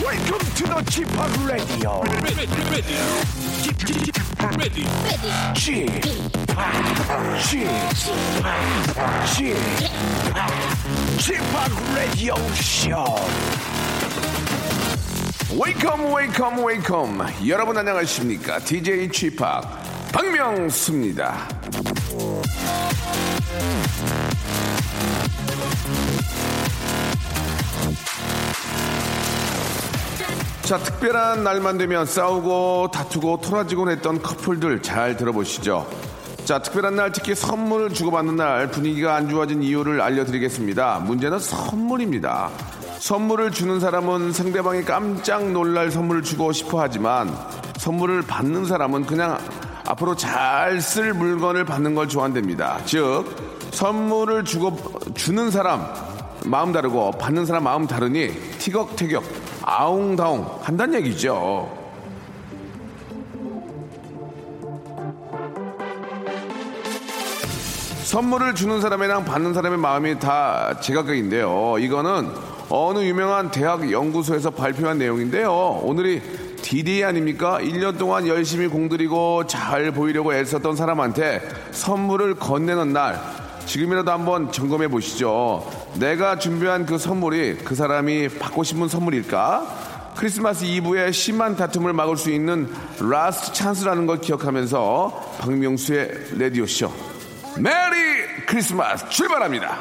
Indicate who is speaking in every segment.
Speaker 1: Welcome to the Chip Radio. Chip Chip Chip Radio Show.
Speaker 2: 웨이컴 웨이컴 웨이컴 여러분 안녕하십니까 DJ 취팍 박명수입니다 자 특별한 날만 되면 싸우고 다투고 토라지곤 했던 커플들 잘 들어보시죠 자 특별한 날 특히 선물을 주고받는 날 분위기가 안 좋아진 이유를 알려드리겠습니다 문제는 선물입니다 선물을 주는 사람은 상대방이 깜짝 놀랄 선물을 주고 싶어 하지만 선물을 받는 사람은 그냥 앞으로 잘 쓸 물건을 받는 걸 좋아한답니다. 즉, 선물을 주고, 주는 사람 마음 다르고 받는 사람 마음 다르니 티격태격, 아웅다웅 한다는 얘기죠. 선물을 주는 사람이랑 받는 사람의 마음이 다 제각각인데요. 이거는 어느 유명한 대학 연구소에서 발표한 내용인데요. 오늘이 D-Day 아닙니까? 1년 동안 열심히 공들이고 잘 보이려고 애썼던 사람한테 선물을 건네는 날. 지금이라도 한번 점검해 보시죠. 내가 준비한 그 선물이 그 사람이 받고 싶은 선물일까? 크리스마스 이브에 심한 다툼을 막을 수 있는 라스트 찬스라는 걸 기억하면서 박명수의 레디오쇼 메리 크리스마스 출발합니다.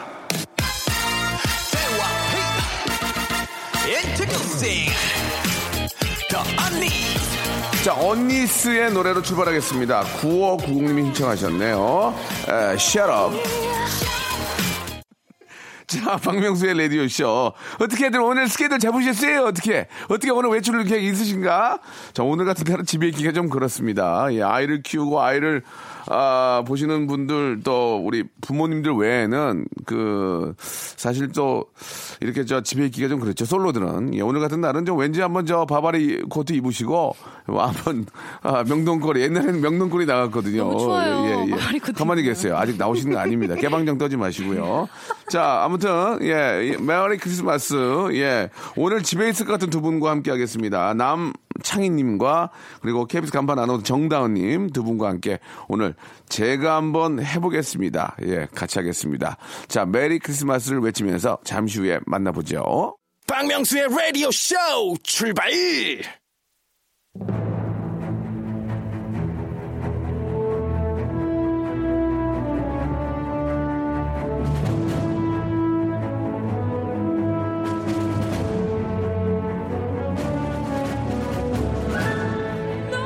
Speaker 2: 자, 언니스의 노래로 출발하겠습니다. 9590님이 신청하셨네요. 에, shut up. 자, 박명수의 라디오쇼. 어떻게들 오늘 스케줄 잡으셨어요? 어떻게? 어떻게 오늘 외출을 계획 있으신가? 자, 오늘 같은 날은 집에 있기가 좀 그렇습니다. 예, 아이를 키우고 아이를, 아, 보시는 분들 또 우리 부모님들 외에는 그, 사실 또 이렇게 저 집에 있기가 좀 그렇죠. 솔로들은. 예, 오늘 같은 날은 좀 왠지 한번 저 바바리 코트 입으시고 뭐 한번 아, 명동거리, 옛날에는 명동거리 나갔거든요. 예,
Speaker 3: 너무 추워요. 바바리 코트
Speaker 2: 가만히
Speaker 3: 입으면.
Speaker 2: 계세요. 있어요. 아직 나오시는 거 아닙니다. 깨방정 떠지 마시고요. 자, 아무튼, 예, 예, 메리 크리스마스. 예, 오늘 집에 있을 것 같은 두 분과 함께 하겠습니다. 남창희님과 그리고 KBS 간판 아나운서 정다은님 두 분과 함께 오늘 제가 한번 해보겠습니다. 예, 같이 하겠습니다. 자, 메리 크리스마스를 외치면서 잠시 후에 만나보죠.
Speaker 1: 박명수의 라디오 쇼 출발!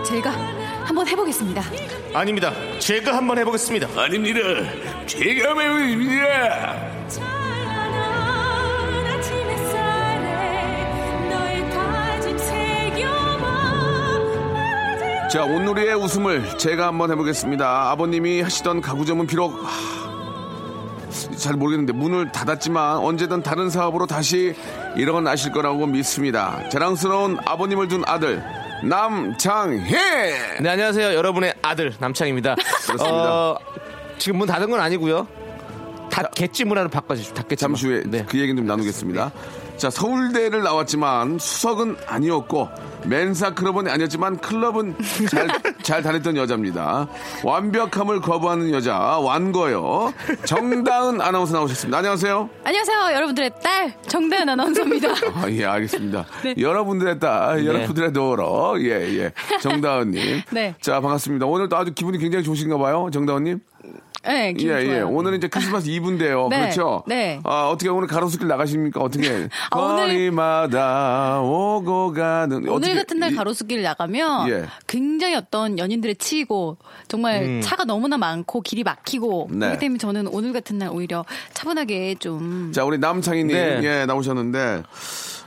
Speaker 3: 제가 한번 해보겠습니다.
Speaker 4: 아닙니다. 제가 한번 해보겠습니다.
Speaker 2: 아닙니다. 제가 매우입니다.
Speaker 5: 찬란한 아침 햇살에 너의 다짐 새겨봐
Speaker 2: 자, 온누리의 웃음을 제가 한번 해보겠습니다. 아버님이 하시던 가구점은 비록 하, 잘 모르겠는데 문을 닫았지만 언제든 다른 사업으로 다시 일어나실 거라고 믿습니다. 자랑스러운 아버님을 둔 아들 남장혜.
Speaker 4: 네, 안녕하세요. 여러분의 아들 남창입니다.
Speaker 2: 그렇습니다.
Speaker 4: 어, 지금 문 닫은 건 아니고요. 닫겠지 문화로 네. 바꿔주십시오. 닫겠지
Speaker 2: 잠시 후에 그 얘기는 좀 나누겠습니다. 자, 서울대를 나왔지만 수석은 아니었고 맨사 클럽은 아니었지만 클럽은 잘, 잘 다녔던 여자입니다. 완벽함을 거부하는 여자 완거요. 정다은 아나운서 나오셨습니다. 안녕하세요.
Speaker 3: 안녕하세요, 여러분들의 딸 정다은 아나운서입니다.
Speaker 2: 아, 예, 알겠습니다. 여러분들의 딸, 여러분들의 노러, 예, 예. 정다은님.
Speaker 3: 네.
Speaker 2: 자, 반갑습니다. 오늘도 아주 기분이 굉장히 좋으신가 봐요, 정다은님.
Speaker 3: 네, 기분
Speaker 2: 예, 예.
Speaker 3: 좋아요.
Speaker 2: 오늘은 이제 크리스마스 이브인데요.
Speaker 3: 네,
Speaker 2: 그렇죠?
Speaker 3: 네.
Speaker 2: 아, 어떻게 오늘 가로수길 나가십니까? 어떻게.
Speaker 3: 아, 오늘-
Speaker 2: 거리마다 오고 가는.
Speaker 3: 오늘
Speaker 2: 어떻게-
Speaker 3: 같은 날
Speaker 2: 이-
Speaker 3: 가로수길 나가면
Speaker 2: 예.
Speaker 3: 굉장히 어떤 연인들의 치이고 정말
Speaker 4: 음.
Speaker 3: 차가 너무나 많고 길이 막히고
Speaker 2: 네.
Speaker 3: 그렇기 때문에 저는 오늘 같은 날 오히려 차분하게 좀
Speaker 2: 자, 우리 남창희님.
Speaker 4: 네.
Speaker 2: 예, 나오셨는데.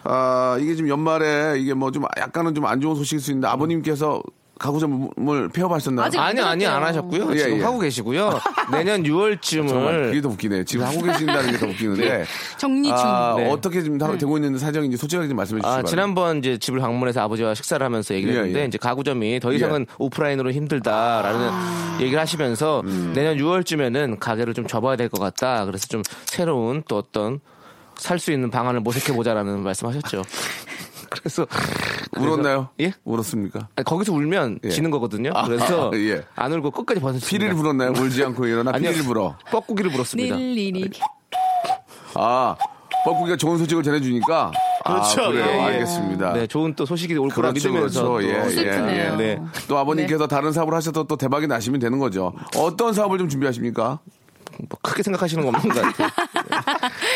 Speaker 2: 아, 이게 지금 연말에 이게 뭐 좀 약간은 좀 안 좋은 소식일 수 있는데 아버님께서 가구점을 폐업하셨나요?
Speaker 3: 아직-
Speaker 4: 아니요, 아니요, 안 하셨고요.
Speaker 2: 예,
Speaker 4: 지금
Speaker 2: 예.
Speaker 4: 하고 계시고요. 내년
Speaker 2: 정말 그게
Speaker 4: 6월쯤을.
Speaker 2: 더 웃기네. 지금 하고 계신다는 게 더 웃기는데.
Speaker 3: 정리 네. 중.
Speaker 2: 아,
Speaker 4: 네.
Speaker 2: 어떻게 지금 하- 되고 있는 사정인지 솔직하게 좀 말씀해 주시기
Speaker 4: 아,
Speaker 2: 바랍니다.
Speaker 4: 지난번 이제 집을 방문해서 아버지와 식사를 하면서 얘기를
Speaker 2: 예,
Speaker 4: 했는데
Speaker 2: 예. 아.
Speaker 4: 이제 가구점이 더 이상은 오프라인으로 힘들다라는 얘기를 하시면서
Speaker 2: 음.
Speaker 4: 내년 6월쯤에는 가게를 좀 접어야 될 것 같다. 그래서 좀 새로운 또 어떤 살 수 있는 방안을 모색해 보자라는 말씀하셨죠. 그래서
Speaker 2: 울었나요?
Speaker 4: 예?
Speaker 2: 울었습니까?
Speaker 4: 아니, 거기서 울면
Speaker 2: 예.
Speaker 4: 지는 거거든요.
Speaker 2: 아,
Speaker 4: 그래서
Speaker 2: 아, 예.
Speaker 4: 안 울고 끝까지 버텼습니다.
Speaker 2: 피리를 불었나요? 울지 않고 일어나
Speaker 4: 네. 아니요.
Speaker 2: 피리를 불어.
Speaker 4: 뻐꾸기를 불었습니다.
Speaker 3: 닐리리.
Speaker 2: 예. 아, 뻐꾸기가 좋은 소식을 전해주니까. 아,
Speaker 4: 그렇죠.
Speaker 2: 그래요.
Speaker 4: 예, 예.
Speaker 2: 알겠습니다.
Speaker 4: 네, 좋은 또 소식이 올 거라
Speaker 2: 그렇죠,
Speaker 4: 믿으면서
Speaker 2: 그렇죠. 예,
Speaker 4: 또
Speaker 2: 예,
Speaker 3: 슬프네요.
Speaker 2: 예.
Speaker 4: 네.
Speaker 2: 또 아버님께서 다른 사업을 하셔서 또 대박이 나시면 되는 거죠. 어떤 사업을 좀 준비하십니까?
Speaker 4: 뭐 크게 생각하시는 건 없는 것 같아요.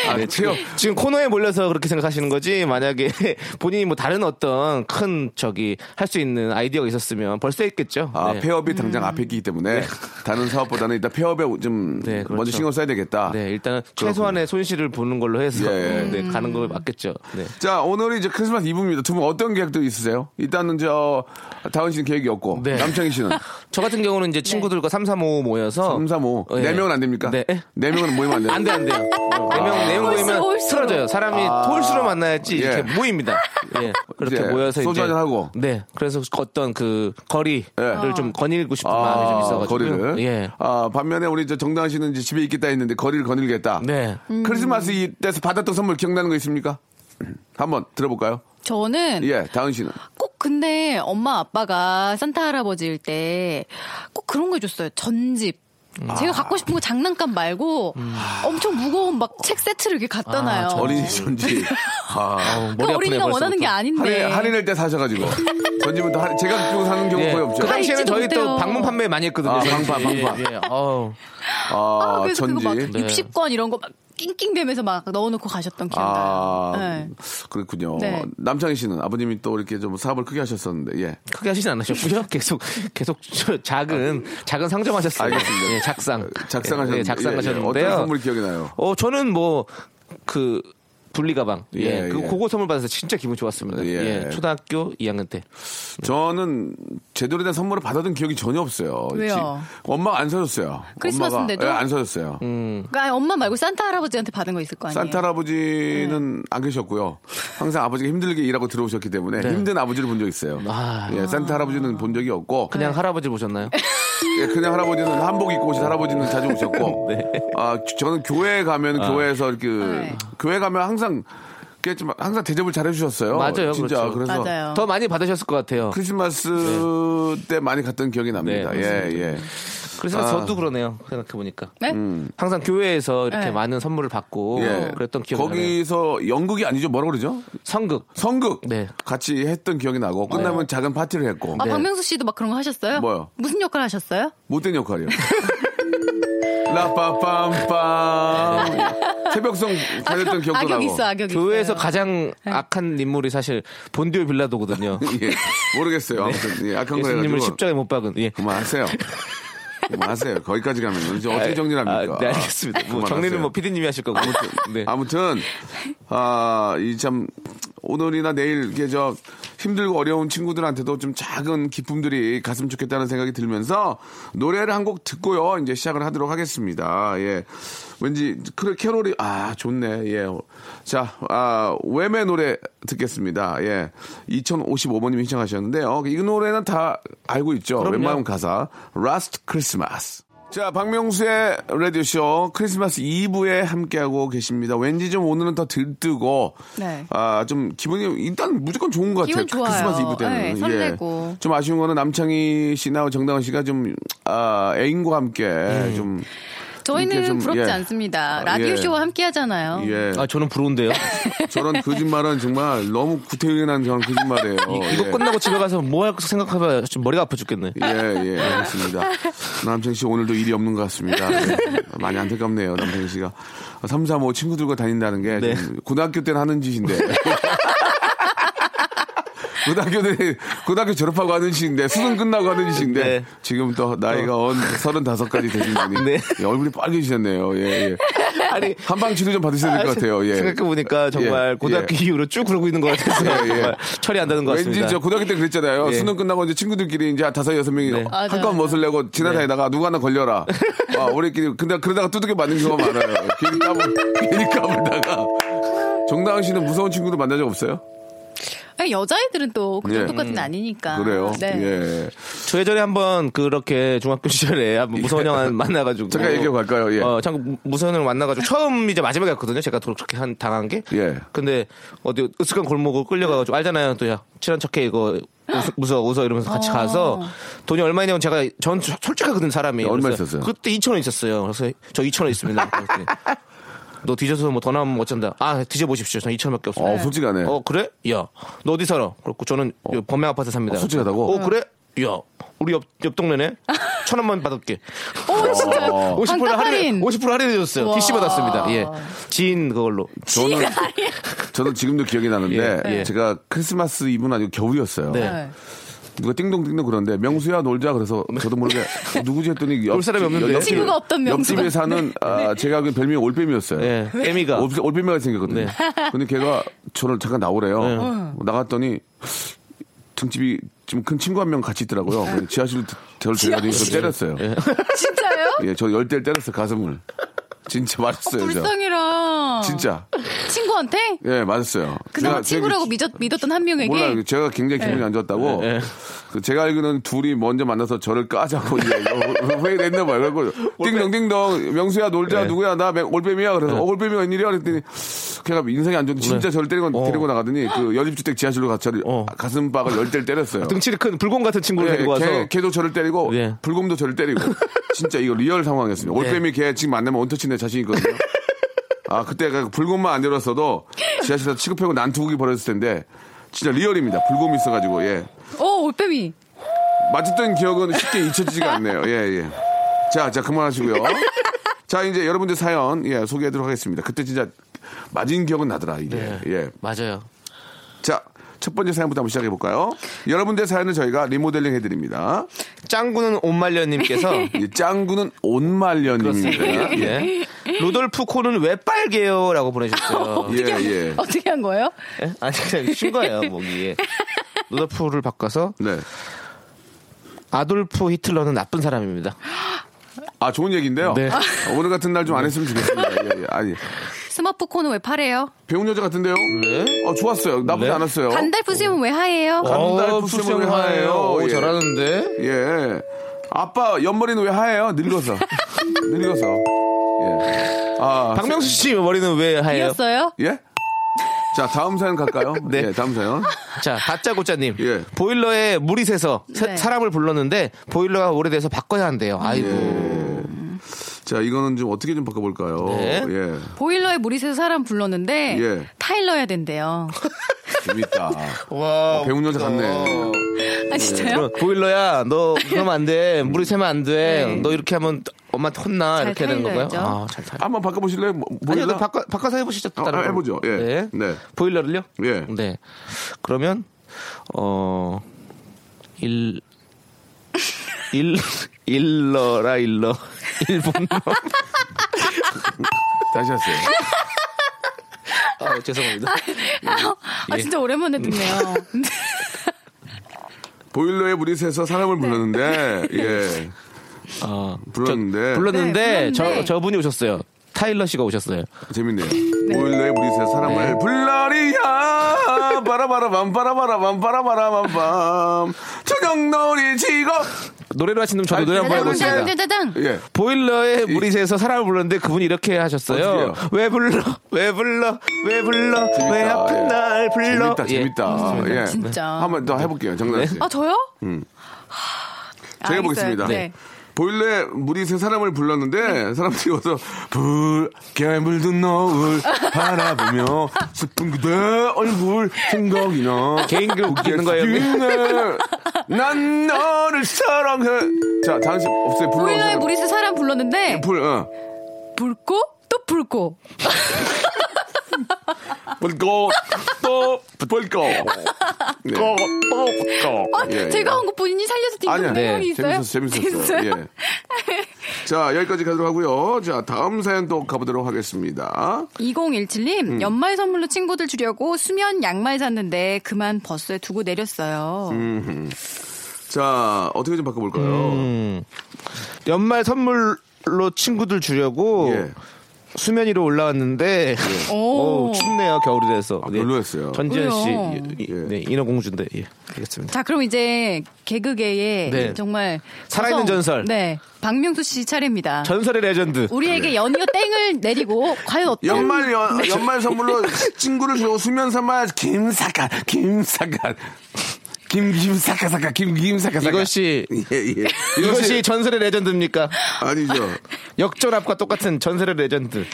Speaker 2: 아, 네,
Speaker 4: 지금, 지금 코너에 몰려서 그렇게 생각하시는 거지 만약에 본인이 뭐 다른 어떤 큰 저기 할 수 있는 아이디어가 있었으면 벌써 했겠죠.
Speaker 2: 아,
Speaker 4: 네.
Speaker 2: 폐업이 당장 앞에 있기 때문에 다른 사업보다는 일단 폐업에 좀
Speaker 4: 네, 그렇죠.
Speaker 2: 먼저 신경 써야 되겠다.
Speaker 4: 네, 일단은 최소한의 손실을 보는 걸로 해서
Speaker 2: 예, 예.
Speaker 4: 네, 가는 걸 맞겠죠. 네.
Speaker 2: 자, 오늘이 이제 크리스마스 이브입니다. 두 분 어떤 계획도 있으세요? 일단은 저, 다은 씨는 계획이 없고,
Speaker 4: 네.
Speaker 2: 남창희 씨는
Speaker 4: 저 같은 경우는
Speaker 2: 네.
Speaker 4: 이제 친구들과 삼 3, 4, 5 모여서
Speaker 2: 3, 4, 5.
Speaker 4: 예.
Speaker 2: 네 명은 안 됩니까?
Speaker 4: 네.
Speaker 2: 네 어. 명은 모이면 안 돼요.
Speaker 4: 안 돼, 안 돼요. 내용, 내용 모이면
Speaker 3: 아. 홀수로.
Speaker 4: 틀어져요. 사람이 홀수로 만나야지 이렇게
Speaker 2: 아. 예.
Speaker 4: 모입니다. 예. 그렇게
Speaker 2: 이제
Speaker 4: 모여서
Speaker 2: 소주
Speaker 4: 이제.
Speaker 2: 한잔하고.
Speaker 4: 네. 그래서 어떤 그 거리를
Speaker 2: 예.
Speaker 4: 좀 거닐고 싶은 마음이 좀 있어가지고.
Speaker 2: 거리를.
Speaker 4: 예.
Speaker 2: 아, 반면에 우리 저 정당 씨는 이제 집에 있겠다 했는데 거리를 거닐겠다. 음.
Speaker 4: 네.
Speaker 2: 크리스마스 이 때서 받았던 선물 기억나는 거 있습니까? 한번 들어볼까요?
Speaker 4: 네.
Speaker 3: 저는
Speaker 2: 예, 다은 씨는.
Speaker 3: 꼭 근데 엄마 아빠가 산타 할아버지일 때 꼭 그런 거 해줬어요. 전집.
Speaker 4: 음.
Speaker 3: 제가
Speaker 2: 아.
Speaker 3: 갖고 싶은 거 장난감 말고 엄청 무거운 막 책 세트를 이렇게 갖다 놔요.
Speaker 2: 어린이 전지. 아,
Speaker 3: 그
Speaker 4: 아, 머리 아프네,
Speaker 3: 어린이가 원하는 게
Speaker 4: 벌써부터.
Speaker 3: 아닌데.
Speaker 2: 할인, 할인할 때 사셔가지고. 전지면 또 할인- 제가 주고 사는 경우
Speaker 4: 예.
Speaker 2: 거의 없죠.
Speaker 4: 그 당시에는
Speaker 3: 있지도
Speaker 4: 저희 또
Speaker 3: 못해요.
Speaker 4: 방문 판매 많이 했거든요.
Speaker 2: 아,
Speaker 4: 저희.
Speaker 2: 방판, 방판.
Speaker 4: 예, 예. 어우.
Speaker 3: 아,
Speaker 2: 아,
Speaker 3: 그래서
Speaker 2: 전지.
Speaker 3: 그거 막
Speaker 4: 네.
Speaker 3: 60권 이런 거 막 낑낑대면서 막 넣어놓고 가셨던 기억이
Speaker 2: 아,
Speaker 3: 나요. 네.
Speaker 2: 그렇군요.
Speaker 3: 네.
Speaker 2: 남창희 씨는 아버님이 또 이렇게 좀 사업을 크게 하셨었는데, 예.
Speaker 4: 크게 하시진 않으셨고요. 계속 계속 저 작은 작은 상점하셨어요.
Speaker 2: 알겠습니다. 어,
Speaker 4: 예, 작상.
Speaker 2: 작상하셨는데.
Speaker 4: 예, 작상하셨는데요.
Speaker 2: 어떤 선물이 기억이 나요?
Speaker 4: 어, 저는 뭐 그 분리 가방. 예.
Speaker 2: 예,
Speaker 4: 그
Speaker 2: 예.
Speaker 4: 그거 선물 받아서 진짜 기분 좋았습니다.
Speaker 2: 예.
Speaker 4: 예. 초등학교 2학년 때.
Speaker 2: 네. 저는 제대로 된 선물을 받아둔 기억이 전혀 없어요.
Speaker 3: 왜요?
Speaker 2: 지- 엄마가 안 사줬어요.
Speaker 3: 크리스마스인데도?
Speaker 2: 엄마가, 예, 안 사줬어요.
Speaker 3: 그러니까 엄마 말고 산타 할아버지한테 받은 거 있을 거 아니에요. 네.
Speaker 2: 산타 할아버지는 안 계셨고요. 항상 아버지가 힘들게 일하고 들어오셨기 때문에 힘든 아버지를 본 적 있어요.
Speaker 4: 네. 아.
Speaker 2: 예, 산타 할아버지는 본 적이 없고
Speaker 4: 그냥
Speaker 3: 네.
Speaker 4: 할아버지 보셨나요?
Speaker 2: 예, 그냥 할아버지는 한복 입고 오신 할아버지는 자주 오셨고
Speaker 4: 네.
Speaker 2: 아 저- 저는 교회 가면
Speaker 4: 아.
Speaker 2: 교회에서 이렇게
Speaker 3: 네.
Speaker 2: 교회 가면 항상 그게 좀 항상 대접을 잘 해주셨어요.
Speaker 4: 맞아요,
Speaker 2: 진짜
Speaker 4: 그렇죠.
Speaker 2: 래서
Speaker 3: 맞아요.
Speaker 4: 더 많이 받으셨을 것 같아요.
Speaker 2: 그, 크리스마스 때 많이 갔던 기억이 납니다.
Speaker 4: 네,
Speaker 2: 예, 예.
Speaker 4: 그래서
Speaker 2: 아.
Speaker 4: 저도 그러네요. 생각해 보니까.
Speaker 3: 네?
Speaker 2: 음.
Speaker 4: 항상 교회에서 이렇게
Speaker 3: 네.
Speaker 4: 많은 선물을 받고
Speaker 2: 예.
Speaker 4: 어, 그랬던 기억이 나네요.
Speaker 2: 거기서 연극이 아니죠. 뭐라 그러죠?
Speaker 4: 성극.
Speaker 2: 성극.
Speaker 4: 네.
Speaker 2: 같이 했던 기억이 나고 끝나면 작은 파티를 했고
Speaker 3: 아, 박명수 씨도 막 그런 거 하셨어요?
Speaker 2: 네. 뭐요?
Speaker 3: 무슨 역할 하셨어요?
Speaker 2: 못된 역할이요. 라빠빰빰. 새벽성 잘했던 기억도
Speaker 3: 아, 악역
Speaker 2: 나고.
Speaker 3: 있어, 악역 있어.
Speaker 4: 교회에서 가장
Speaker 3: 네.
Speaker 4: 악한 인물이 사실 본디오 빌라도거든요.
Speaker 2: 예, 모르겠어요. 아무튼 예, 악한 거예요.
Speaker 4: 네. 예수님을 십자가에 못 박은. 예.
Speaker 2: 그만하세요. 그만하세요. 거기까지 가면 이제 어떻게 정리합니까?
Speaker 4: 아, 네, 알겠습니다. 뭐
Speaker 2: 그만하세요.
Speaker 4: 정리는 뭐 피디님이 하실 거고. 네.
Speaker 2: 아무튼 아이 참 오늘이나 내일 이게 저 힘들고 어려운 친구들한테도 좀 작은 기쁨들이 갔으면 좋겠다는 생각이 들면서 노래를 한 곡 듣고요 이제 시작을 하도록 하겠습니다. 예, 왠지 그 캐롤이 아 좋네. 예, 자 아, 웸의 노래 듣겠습니다. 예, 2055번님이 신청하셨는데요. 이 노래는 다 알고 있죠. 웬만한 가사 Last Christmas. 자, 박명수의 라디오쇼 크리스마스 2부에 함께하고 계십니다. 왠지 좀 오늘은 더 들뜨고,
Speaker 3: 네.
Speaker 2: 아, 좀 기분이 일단 무조건 좋은 것 같아요.
Speaker 3: 기분 좋아요.
Speaker 2: 크리스마스 2부 때는. 예.
Speaker 3: 네, 설레고.
Speaker 2: 좀
Speaker 3: 네.
Speaker 2: 아쉬운 거는 남창희 씨나 정다은 씨가 좀, 아, 애인과 함께 좀.
Speaker 3: 저희는
Speaker 2: 이렇게 좀,
Speaker 3: 부럽지
Speaker 2: 예.
Speaker 3: 않습니다.
Speaker 2: 아,
Speaker 3: 라디오
Speaker 2: 예.
Speaker 3: 쇼와 함께 하잖아요.
Speaker 2: 예. 어,
Speaker 4: 아 저는 부러운데요.
Speaker 2: 저런 거짓말은 정말 너무 구태의연한 저런 거짓말이에요.
Speaker 4: 이거
Speaker 2: 예.
Speaker 4: 끝나고 집에 가서 뭐 할 생각하면 지금 머리가 아파 죽겠네.
Speaker 2: 예, 예, 알겠습니다. 남창 씨 오늘도 일이 없는 것 같습니다. 예. 많이 안타깝네요, 남창 씨가. 3, 4, 5 친구들과 다닌다는 게좀
Speaker 4: 네.
Speaker 2: 고등학교 때는 하는 짓인데. 고등학교 때, 고등학교 졸업하고 하는 짓인데, 수능 끝나고 하는 짓인데,
Speaker 4: 네.
Speaker 2: 지금 또 나이가 언 35까지 되신 분이
Speaker 4: 네.
Speaker 2: 예, 얼굴이 빨개지셨네요. 예, 예. 아니. 한방 치료 좀 받으셔야 될 것 같아요. 예.
Speaker 4: 생각해보니까 정말
Speaker 2: 예.
Speaker 4: 고등학교 이후로 쭉 그러고 있는 것 같아서
Speaker 2: 예, 예.
Speaker 4: 정말 철이 안 되는 것 같습니다.
Speaker 2: 왠지 저 고등학교 때 그랬잖아요.
Speaker 4: 예.
Speaker 2: 수능 끝나고 이제 친구들끼리 이제 다섯 여섯 명이
Speaker 4: 네.
Speaker 3: 맞아,
Speaker 2: 한껏
Speaker 3: 맞아.
Speaker 2: 멋을 내고 지나다니다가 누구 하나 걸려라. 아, 우리끼리 근데 그러다가 두둑이 맞는 경우가 많아요. 괜히 까불 괜히 까불다가. 정다은 씨는 무서운 친구도 만난 적 없어요?
Speaker 3: 아니, 여자애들은 또 그
Speaker 2: 예.
Speaker 3: 정도까지는 아니니까.
Speaker 2: 그래요.
Speaker 3: 네.
Speaker 2: 예.
Speaker 4: 저 예전에 한번 그렇게 중학교 시절에 한번 무서운 형 한- 만나가지고
Speaker 2: 예. 잠깐 얘기하고 갈까요? 예.
Speaker 4: 어, 잠깐 무- 무서운 형 만나가지고 처음 이제 마지막에 갔거든요. 제가 그렇게 한 당한 게.
Speaker 2: 예.
Speaker 4: 근데 어디 으스간 골목을 끌려가가지고 알잖아요. 또 야 친한 척해 이거 웃- 무서워 웃어 이러면서 같이 가서 돈이 얼마냐면 제가 전 소- 솔직하거든 사람이.
Speaker 2: 예, 얼마
Speaker 4: 그래서
Speaker 2: 있었어요?
Speaker 4: 그때 2천 원 있었어요. 그래서 저 2천 원 있습니다. 그랬더니 너 뒤져서 뭐 더 나면 어쩐다. 아 뒤져 보십시오. 저 2천 원밖에 없어요.
Speaker 2: 어, 솔직하네.
Speaker 4: 어 그래? 야 너 어디 살아? 그렇고 저는 요 범양 아파트 삽니다.
Speaker 2: 어, 솔직하다고?
Speaker 4: 어 그래? 야 우리 옆, 옆 동네네 천 원만 받을게.
Speaker 3: 오, 어, 진짜.
Speaker 2: 어.
Speaker 4: 50% 할인
Speaker 3: 반값할인.
Speaker 4: 50% 할인해줬어요.
Speaker 3: 와.
Speaker 4: DC 받았습니다. 예 지인 그걸로.
Speaker 2: 저는 저는 지금도 기억이 나는데
Speaker 4: 예, 예.
Speaker 2: 제가 크리스마스 이브는 아니고 겨울이었어요.
Speaker 4: 네.
Speaker 3: 네.
Speaker 2: 누가 띵동띵동 그러는데 명수야 놀자 그래서 저도 모르게 누구지 했더니
Speaker 4: 네. 놀 사람이 없는데.
Speaker 3: 친구가 없던 명수가. 네.
Speaker 2: 옆집에 사는 아, 제가 그 별명이 올빼미였어요.
Speaker 4: 예. 애미가 네.
Speaker 2: 올- 올빼미가 생겼거든요. 근데 걔가 저를 잠깐 나오래요.
Speaker 3: 어.
Speaker 2: 뭐 나갔더니 등집이 좀 큰 친구 한 명 같이
Speaker 3: 네.
Speaker 2: 있더라고요. 그래서 지하실로 드- 저를 데려가더니 저 때렸어요.
Speaker 4: 네.
Speaker 2: 예,
Speaker 3: 진짜요?
Speaker 2: 저 열대를 때렸어요, 가슴을. 네, 진짜 맞았어요, 저.
Speaker 3: 불쌍해라.
Speaker 2: 진짜.
Speaker 3: 친구한테?
Speaker 2: 예, 맞았어요.
Speaker 3: 그나마
Speaker 2: 제가-
Speaker 3: 친구라고 믿었, 믿었던 한 명에게.
Speaker 2: 몰라요. 제가 굉장히 기분이 안 좋았다고.
Speaker 4: 네,
Speaker 2: 그 제가 알기로는 둘이 먼저 만나서 저를 까자고 이제 뭐 회의를 했나 봐요. 그래갖고 띵동띵동 명수야 놀자
Speaker 4: 네.
Speaker 2: 누구야 나 맹- 올빼미야 그래서 어, 올빼미 웬일이야 그랬더니 걔가 인생이 안 좋은데 진짜 저를 때리고
Speaker 4: 어.
Speaker 2: 데리고 나가더니 그 여집주택 지하실로 가서 저를
Speaker 4: 어.
Speaker 2: 가슴박을 열 대를 때렸어요.
Speaker 4: 등치를 큰 불공 같은 친구를
Speaker 2: 예,
Speaker 4: 데리고 와서
Speaker 2: 걔, 걔도 저를 때리고
Speaker 4: 예.
Speaker 2: 불곰도 저를 때리고 진짜 이거 리얼 상황이었습니다. 올빼미 걔 지금 만나면 원터치 내 자신 있거든요. 아 그때 그 불곰만 안 열었어도 지하실에서 취급하고 난투극이 벌어졌을 텐데 진짜 리얼입니다. 불곰이 있어가지고 예
Speaker 3: 오, 올빼미.
Speaker 2: 맞았던 기억은 쉽게 잊혀지지가 않네요. 예 예. 자, 자 그만하시고요. 자 이제 여러분들 사연 예 소개하도록 하겠습니다. 그때 진짜 맞은 기억은 나더라 이게
Speaker 4: 네.
Speaker 2: 예.
Speaker 4: 맞아요.
Speaker 2: 자. 첫 번째 사연부터 한번 시작해 볼까요? 여러분들 사연을 저희가 리모델링 해드립니다.
Speaker 4: 짱구는 옷말년님께서
Speaker 2: 이 짱구는 온말년입니다. 예,
Speaker 4: 예. 루돌프 코는 왜 빨개요?라고 보내셨어요.
Speaker 2: 예, 예.
Speaker 3: 어떻게 한 거예요?
Speaker 4: 예? 아니 그냥 쉰 거예요 목이. 루돌프를 바꿔서
Speaker 2: 네.
Speaker 4: 아돌프 히틀러는 나쁜 사람입니다.
Speaker 2: 아, 좋은 얘기인데요.
Speaker 4: 네.
Speaker 2: 어, 오늘 같은 날 좀 안 했으면 좋겠습니다. 예, 예. 아니,
Speaker 3: 스마프 코는 왜 파래요?
Speaker 2: 배운 여자 같은데요? 어, 좋았어요. 나쁘지
Speaker 4: 네.
Speaker 2: 않았어요.
Speaker 3: 간달프 수염은 왜 하얘요?
Speaker 2: 간달프
Speaker 4: 어,
Speaker 2: 수염을
Speaker 4: 수염을
Speaker 2: 하예요.
Speaker 4: 하예요. 오,
Speaker 2: 예.
Speaker 4: 잘하는데.
Speaker 2: 예. 아빠, 옆머리는 왜 하예요? 늙어서. 늙어서. 예. 아,
Speaker 4: 박명수 씨 머리는 왜 하예요?
Speaker 3: 이었어요?
Speaker 2: 예? 자, 다음 사연 갈까요?
Speaker 4: 네.
Speaker 2: 예, 다음 사연.
Speaker 4: 자, 다짜고짜님.
Speaker 2: 예.
Speaker 4: 보일러에 물이 새서 사-
Speaker 3: 네.
Speaker 4: 사람을 불렀는데 보일러가 오래돼서 바꿔야 한대요.
Speaker 2: 예.
Speaker 4: 아이고.
Speaker 2: 자, 이거는 좀 어떻게 좀 바꿔볼까요?
Speaker 4: 네.
Speaker 2: 예.
Speaker 3: 보일러에 물이 새서 사람 불렀는데
Speaker 2: 예.
Speaker 3: 타일러야 된대요.
Speaker 2: 재밌다.
Speaker 4: 와.
Speaker 2: 어, 배운 여자 같네. 예,
Speaker 3: 아 진짜요?
Speaker 4: 보일러야, 너 그러면 안 돼. 물이 새면 안 돼. 너 이렇게 하면 엄마한테 혼나.
Speaker 3: 네. 잘
Speaker 4: 이렇게 되는 건가요?
Speaker 3: 타일러야죠.
Speaker 4: 아, 잘 타.
Speaker 2: 한번 바꿔보실래요? 뭐,
Speaker 4: 아니요,
Speaker 2: 보일러?
Speaker 4: 너 바꿔, 바꿔서 해보시죠.
Speaker 2: 어,
Speaker 4: 다른
Speaker 2: 아,
Speaker 4: 걸로.
Speaker 2: 해보죠. 예. 네.
Speaker 4: 보일러를요?
Speaker 2: 예.
Speaker 4: 네. 그러면, 어, 일, 일, 일러라, 일러. 일본어.
Speaker 2: 다시 하세요.
Speaker 4: 아, 죄송합니다.
Speaker 2: 예.
Speaker 3: 아 진짜 오랜만에 듣네요.
Speaker 2: 음. 보일러에 물이 새서
Speaker 3: 네.
Speaker 2: 사람을 불렀는데, 예.
Speaker 4: 어,
Speaker 2: 불렀는데.
Speaker 4: 저- 불렀는데,
Speaker 3: 네,
Speaker 4: 저
Speaker 3: 불렀는데.
Speaker 4: 저분이 오셨어요. 타일러 씨가 오셨어요.
Speaker 2: 재밌네요. 보일러에 물이 새서 사람을
Speaker 4: 네.
Speaker 2: 불러리야! 바라바라밤, 바라바라밤, 바라바라밤밤. 저녁 놀이 지고!
Speaker 4: 노래를 하시는 분 저도 노래
Speaker 2: 짜잔,
Speaker 4: 한번 해보겠습니다.
Speaker 2: 짜잔.
Speaker 3: 짜자잔.
Speaker 2: 예.
Speaker 4: 보일러에 물이 새서 사람을 불렀는데 그분이 이렇게 하셨어요.
Speaker 2: 어떡해요?
Speaker 4: 왜 불러? 왜 불러? 왜 불러?
Speaker 2: 재밌다.
Speaker 4: 왜 아픈
Speaker 2: 예.
Speaker 4: 날 불러?
Speaker 2: 재밌다,
Speaker 4: 예.
Speaker 2: 재밌다.
Speaker 4: 네.
Speaker 2: 예.
Speaker 3: 진짜.
Speaker 2: 한번 더 해볼게요, 정단 씨.
Speaker 3: 아 저요?
Speaker 2: 제가 보겠습니다.
Speaker 3: 네.
Speaker 2: 보일러에 물이 세 사람을 불렀는데 사람들이 와서 불 개물든 너울 바라보며 슬픈 그대 얼굴 생각이나
Speaker 4: 개인기를 웃기는 거예요, 여기?
Speaker 2: 기운을 난 너를 사랑해 자 당신 없어요 불러
Speaker 3: 보일러에 물이 새 사람 불렀는데
Speaker 2: 불 어.
Speaker 3: 불고 또 불고 아,
Speaker 2: 불꽃 또 불꽃 네.
Speaker 3: 아,
Speaker 2: 예, 예.
Speaker 3: 제가 한 거 본인이 살려서
Speaker 2: 아니야.
Speaker 3: 띵동 내용이 있어요?
Speaker 2: 재밌었어, 재밌었어.
Speaker 3: 있어요?
Speaker 2: 예. 자, 여기까지 가도록 하고요. 자, 다음 사연 또 가보도록 하겠습니다.
Speaker 3: 2017님
Speaker 2: 음.
Speaker 3: 연말 선물로 친구들 주려고 수면 양말 샀는데 그만 버스에 두고 내렸어요.
Speaker 2: 음. 자, 어떻게 좀 바꿔볼까요?
Speaker 4: 음. 연말 선물로 친구들 주려고
Speaker 2: 예.
Speaker 4: 수면 위로 올라왔는데
Speaker 3: 오.
Speaker 4: 오, 춥네요 겨울이 돼서 예.
Speaker 2: 아, 별로였어요.
Speaker 4: 전지현 씨
Speaker 3: 왜요?
Speaker 4: 이- 이-
Speaker 2: 예.
Speaker 4: 네, 인어공주인데 예, 알겠습니다.
Speaker 3: 자 그럼 이제 개그계의
Speaker 4: 네.
Speaker 3: 정말
Speaker 4: 살아있는
Speaker 3: 거성,
Speaker 4: 전설.
Speaker 3: 네 박명수 씨 차례입니다.
Speaker 4: 전설의 레전드
Speaker 3: 우리에게 연이어 땡을 내리고 과연 어떤
Speaker 2: 네. 연말,
Speaker 4: 예.
Speaker 2: 연,
Speaker 4: 네.
Speaker 2: 연말 선물로 친구를 주고 수면 삼아 김사카, 김사카. 김김사카사카, 김김사카사카.
Speaker 4: 이것이-
Speaker 2: 예, 예.
Speaker 4: 이것이 전설의 레전드입니까?
Speaker 2: 아니죠.
Speaker 4: 역전압과 똑같은 전설의 레전드.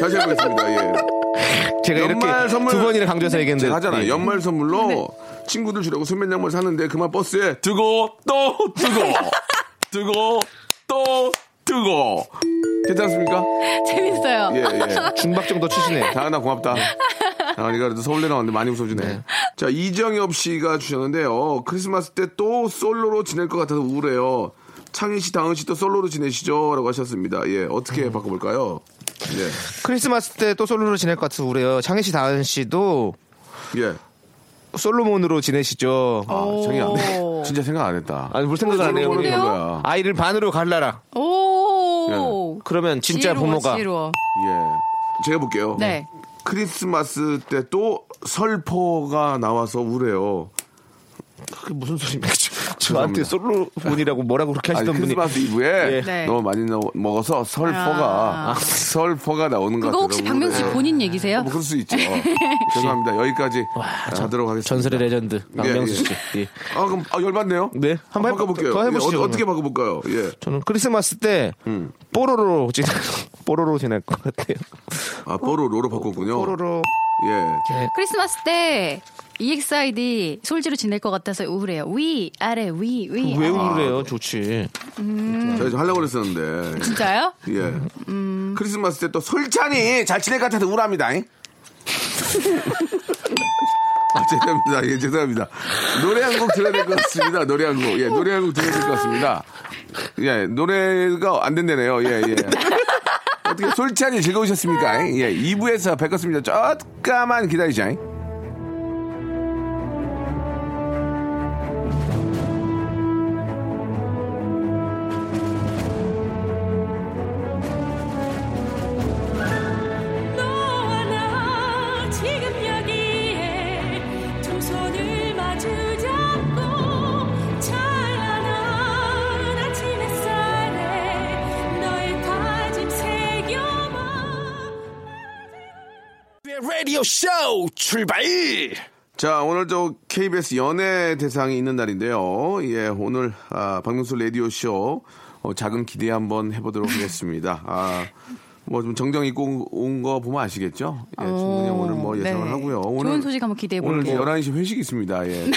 Speaker 2: 다시 해보겠습니다. 예.
Speaker 4: 제가
Speaker 2: 연말
Speaker 4: 이렇게
Speaker 2: 선물- 네,
Speaker 4: 두 번이나 강조해서 얘기했는데
Speaker 2: 제가 하잖아.
Speaker 4: 예.
Speaker 2: 연말 선물로 친구들 주려고 수면 양말 샀는데 그만 버스에 두고 또 두고 두고 또 두고 괜찮습니까?
Speaker 3: 재밌어요.
Speaker 2: 예, 예.
Speaker 4: 중박 정도 치시네요.
Speaker 2: 다은아 고맙다. 아, 니가 그래도 서울대 나왔는데 많이 웃어주네. 자, 이정엽 씨가 주셨는데요. 크리스마스 때 또 솔로로 지낼 것 같아서 우울해요. 창희 씨, 다은 씨도 솔로로 지내시죠? 라고 하셨습니다. 예, 어떻게 바꿔볼까요? 예,
Speaker 4: 크리스마스 때 또 솔로로 지낼 것 같아서 우려요. 창희 씨, 다은 씨도
Speaker 2: 예.
Speaker 4: 솔로몬으로 지내시죠.
Speaker 2: 아, 창희 안
Speaker 3: 오.
Speaker 2: 해. 진짜 생각 안 했다.
Speaker 4: 아니 뭘 생각을 안 해요.
Speaker 2: 솔로몬은
Speaker 4: 그냥.
Speaker 2: 그거야.
Speaker 4: 아이를 반으로 갈라라.
Speaker 2: 네.
Speaker 3: 오
Speaker 4: 그러면 진짜
Speaker 3: 지혜로워,
Speaker 4: 부모가
Speaker 3: 지혜로워.
Speaker 2: 예. 제가 볼게요.
Speaker 3: 네.
Speaker 2: 크리스마스 때 또 설포가 나와서 우래요.
Speaker 4: 그게 무슨 소리입니까? 저- 저한테 솔로몬이라고 뭐라고 그렇게
Speaker 2: 아니,
Speaker 4: 하시던 분이
Speaker 2: 크리스마스 이브에
Speaker 4: 예.
Speaker 3: 네.
Speaker 2: 너무 많이 나- 먹어서 설포가
Speaker 3: 아.
Speaker 2: 설포가 나오는 것
Speaker 3: 그거
Speaker 2: 같아요.
Speaker 3: 혹시 박명수 씨
Speaker 2: 우래요.
Speaker 3: 본인 얘기세요?
Speaker 2: 뭐 그럴 수 있죠. 죄송합니다. 여기까지 하도록 하겠습니다.
Speaker 4: 전설의 레전드 박명수 씨.
Speaker 2: 예, 예.
Speaker 4: 아, 예.
Speaker 2: 아 그럼 아, 열받네요.
Speaker 4: 네, 한번 해보-
Speaker 2: 바꿔볼게요.
Speaker 4: 더 해보시죠,
Speaker 2: 예, 어, 어떻게
Speaker 4: 그러면.
Speaker 2: 바꿔볼까요? 예.
Speaker 4: 저는 크리스마스 때 뽀로로 지내 뽀로로 지낼 것 같아요.
Speaker 2: 아 뽀로로로 바꿨군요.
Speaker 4: 뽀로로
Speaker 2: 예.
Speaker 3: 크리스마스 때 E EXID 솔지로 지낼 것 같아서 우울해요. 위 아래 위 위.
Speaker 4: 왜
Speaker 3: 아,
Speaker 4: 우래요? 좋지.
Speaker 2: 저희 좀 하려고 그랬었는데.
Speaker 3: 진짜요?
Speaker 2: 예. 크리스마스 때 또 솔찬이 잘 지낼 것 같아서 우울합니다. 잉? 아, 죄송합니다. 예, 죄송합니다. 노래 한 곡 들어야 될 것 같습니다. 노래 한 곡. 예, 노래 한 곡 들어야 될 것 같습니다. 예, 노래가 안 된다네요. 예, 예. 어떻게 솔찬이 즐거우셨습니까? 잉? 예, 2부에서 뵙겠습니다. 조금만 기다리자. 잉?
Speaker 5: 너와 나 지금 여기에 두 손을 마주 잡고 찬란한 아침 햇살에 너의 다짐 새겨봐
Speaker 1: Radio Show 출발.
Speaker 2: 자, 오늘 저 KBS 연예 대상이 있는 날인데요. 예, 오늘 아, 박명수 라디오 쇼 어, 작은 기대 한번 해보도록 하겠습니다. 아, 뭐 좀 정정 있고 온 거 보면 아시겠죠? 예, 충분히 오늘 뭐 예상을
Speaker 3: 어, 네.
Speaker 2: 하고요. 오늘
Speaker 3: 좋은 소식 한번 기대해
Speaker 2: 오늘 뭐
Speaker 3: 볼게요.
Speaker 2: 11시 회식이 있습니다. 예.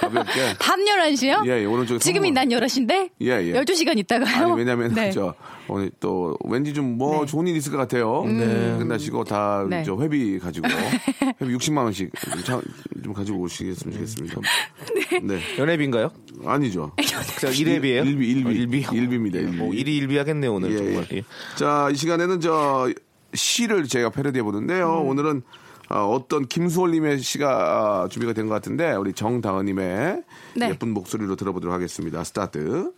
Speaker 2: 가볍게.
Speaker 3: 밤 11시요?
Speaker 2: 예, 예, 오른쪽에
Speaker 3: 지금이
Speaker 2: 선물.
Speaker 3: 난 11시인데?
Speaker 2: 예, 예.
Speaker 3: 12시간 있다가요?
Speaker 2: 아니 왜냐면
Speaker 3: 네.
Speaker 2: 저 오늘 또 왠지 좀 뭐 좋은 일 있을 것 같아요. 네. 끝나시고 다 저
Speaker 3: 음. 네.
Speaker 2: 회비 가지고 회비 60만 원씩 좀 차- 좀 가지고 오시겠으면 좋겠습니다. 네.
Speaker 4: 연애비인가요?
Speaker 2: 아니죠.
Speaker 4: 그냥 일회비예요?
Speaker 2: 일비, 일비.
Speaker 4: 어, 일비.
Speaker 2: 일비입니다, 일비.
Speaker 4: 뭐 일이 일비하겠네요 오늘
Speaker 2: 예,
Speaker 4: 정말.
Speaker 2: 예.
Speaker 4: 예.
Speaker 2: 자, 이 시간에는 저 시를 제가 패러디해 보는데요.
Speaker 4: 음.
Speaker 2: 오늘은 어, 어떤 김수월님의 시가 아, 준비가 된 것 같은데 우리 정다은님의
Speaker 3: 네.
Speaker 2: 예쁜 목소리로 들어보도록 하겠습니다. 스타트.